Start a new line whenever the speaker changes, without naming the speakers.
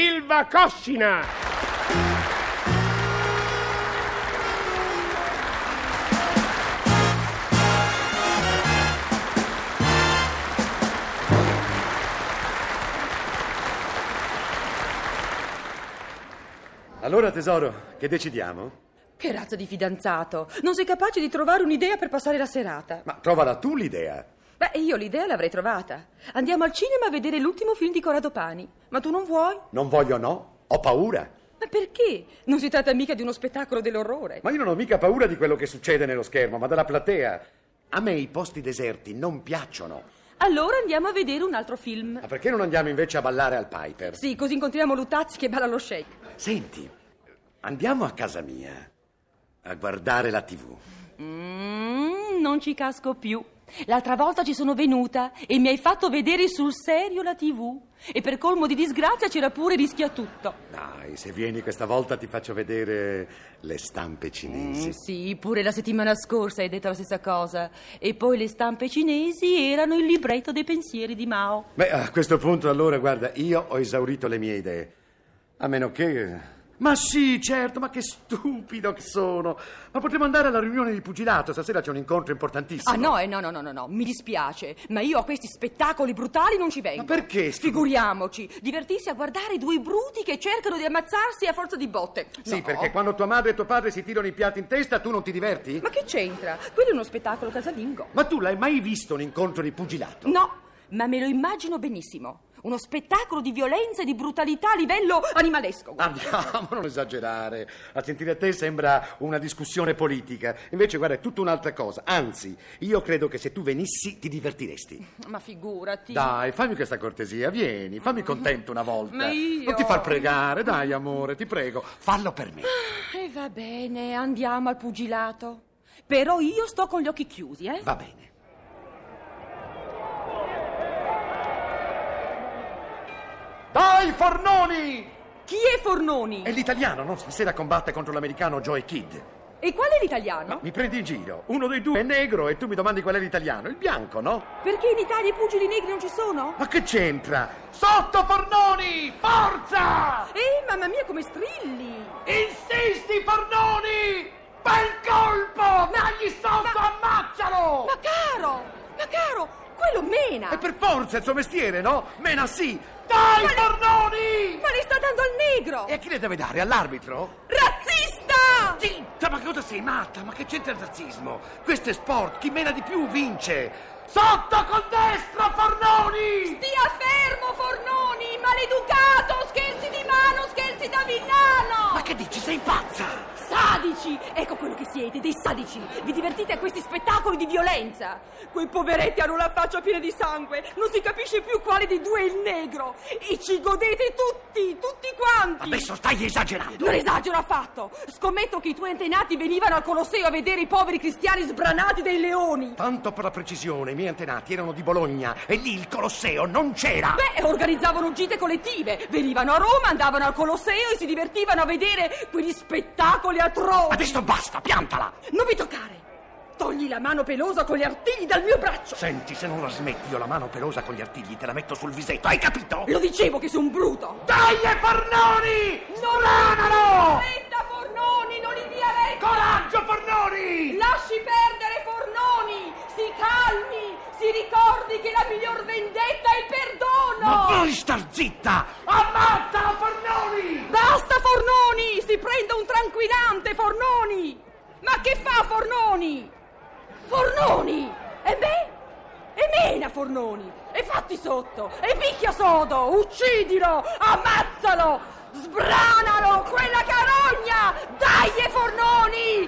Silva Coscina.
Allora, tesoro, che decidiamo?
Che razza di fidanzato! Non sei capace di trovare un'idea per passare la serata.
Ma trovala tu l'idea.
Beh, io l'idea l'avrei trovata. Andiamo al cinema a vedere l'ultimo film di Corrado Pani. Ma tu non vuoi?
Non voglio no, ho paura.
Ma perché? Non si tratta mica di uno spettacolo dell'orrore.
Ma io non ho mica paura di quello che succede nello schermo, ma della platea. A me i posti deserti non piacciono.
Allora andiamo a vedere un altro film.
Ma perché non andiamo invece a ballare al Piper?
Sì, così incontriamo Lutazzi che balla lo shake.
Senti, andiamo a casa mia a guardare la TV.
Mm, non ci casco più. L'altra volta ci sono venuta e mi hai fatto vedere sul serio la TV. E per colmo di disgrazia c'era pure rischia tutto.
Dai, se vieni questa volta ti faccio vedere le stampe cinesi.
Sì, pure la settimana scorsa hai detto la stessa cosa. E poi le stampe cinesi erano il libretto dei pensieri di Mao.
Beh, a questo punto allora, guarda, io ho esaurito le mie idee. A meno che... eh, Ma sì, certo, ma che stupido che sono. Ma potremmo andare alla riunione di pugilato, stasera c'è un incontro importantissimo.
Ah no, eh, no, no, no, no, no, mi dispiace, ma io a questi spettacoli brutali non ci vengo.
Ma perché?
Figuriamoci, divertirsi a guardare due bruti che cercano di ammazzarsi a forza di botte.
Sì,
No.
perché quando tua madre e tuo padre si tirano i piatti in testa, tu non ti diverti?
Ma che c'entra? Quello è uno spettacolo casalingo.
Ma tu l'hai mai visto un incontro di pugilato?
No, ma me lo immagino benissimo. Uno spettacolo di violenza e di brutalità a livello animalesco.
Ah. Andiamo, non esagerare. A sentire te sembra una discussione politica. Invece, guarda, è tutta un'altra cosa. Anzi, io credo che se tu venissi ti divertiresti.
Ma figurati.
Dai, fammi questa cortesia, vieni, fammi contento una volta.
Ma io-
Non ti far pregare, dai, amore, ti prego, fallo per me.
E va bene, andiamo al pugilato. Però io sto con gli occhi chiusi, eh?
Va bene. Dai, Fornoni!
Chi è Fornoni?
È l'italiano, no? Stasera combatte contro l'americano Joey Kidd.
E qual è l'italiano?
Mi prendi in giro. Uno dei due è negro e tu mi domandi qual è l'italiano. Il bianco, no?
Perché in Italia i pugili negri non ci sono?
Ma che c'entra? Sotto Fornoni! Forza!
Ehi, Eh, mamma mia, come strilli!
Insisti Fornoni! Bel colpo! Dagli sotto, ammazzalo!
Ma caro! Ma caro! Quello mena!
E per forza è il suo mestiere, no? Mena sì! Dai
Ma-
Fornoni!
Ma le sta dando al negro!
E a chi le deve dare? All'arbitro?
Razzista!
Zitta, ma cosa sei matta? Ma che c'entra il razzismo? Questo è sport, chi mena di più vince! Sotto con destra, Fornoni!
Stia fermo, Fornoni! Maleducato! Scherzi di mano, scherzi da villano!
Ma che dici, sei pazza?
Sadici! Ecco quello che siete, dei sadici! Vi divertite a questi spettacoli di violenza! Quei poveretti hanno la faccia piena di sangue, non si capisce più quale dei due è il negro! E ci godete tutti, tutti quanti!
Adesso stai esagerando!
Non esagero affatto! Scommetto che i tuoi antenati venivano al Colosseo a vedere i poveri cristiani sbranati dai leoni!
Tanto per la precisione, i miei antenati erano di Bologna e lì il Colosseo non c'era!
Beh, organizzavano gite collettive, venivano a Roma, andavano al Colosseo e si divertivano a vedere quegli spettacoli atroci!
Adesso basta, piantala!
Non mi toccare! Togli la mano pelosa con gli artigli dal mio braccio!
Senti, se non la smetti io la mano pelosa con gli artigli te la metto sul visetto, hai capito?
Lo dicevo che sei un bruto!
Dai, Fornoni!
Aspetta, Fornoni, non li dia vecchia!
Coraggio, Fornoni!
Lasci perdere Fornoni! Si calmi! Si ricordi che la miglior vendetta è il perdono!
Ma puoi star zitta! Ammazza, Fornoni!
Basta, Fornoni! Si prenda un tranquillante, Fornoni! Ma che fa Fornoni? Fornoni! E me? E mena Fornoni! E fatti sotto! E picchia sodo! Uccidilo! Ammazzalo! Sbranalo! Quella carogna! Dai, Fornoni!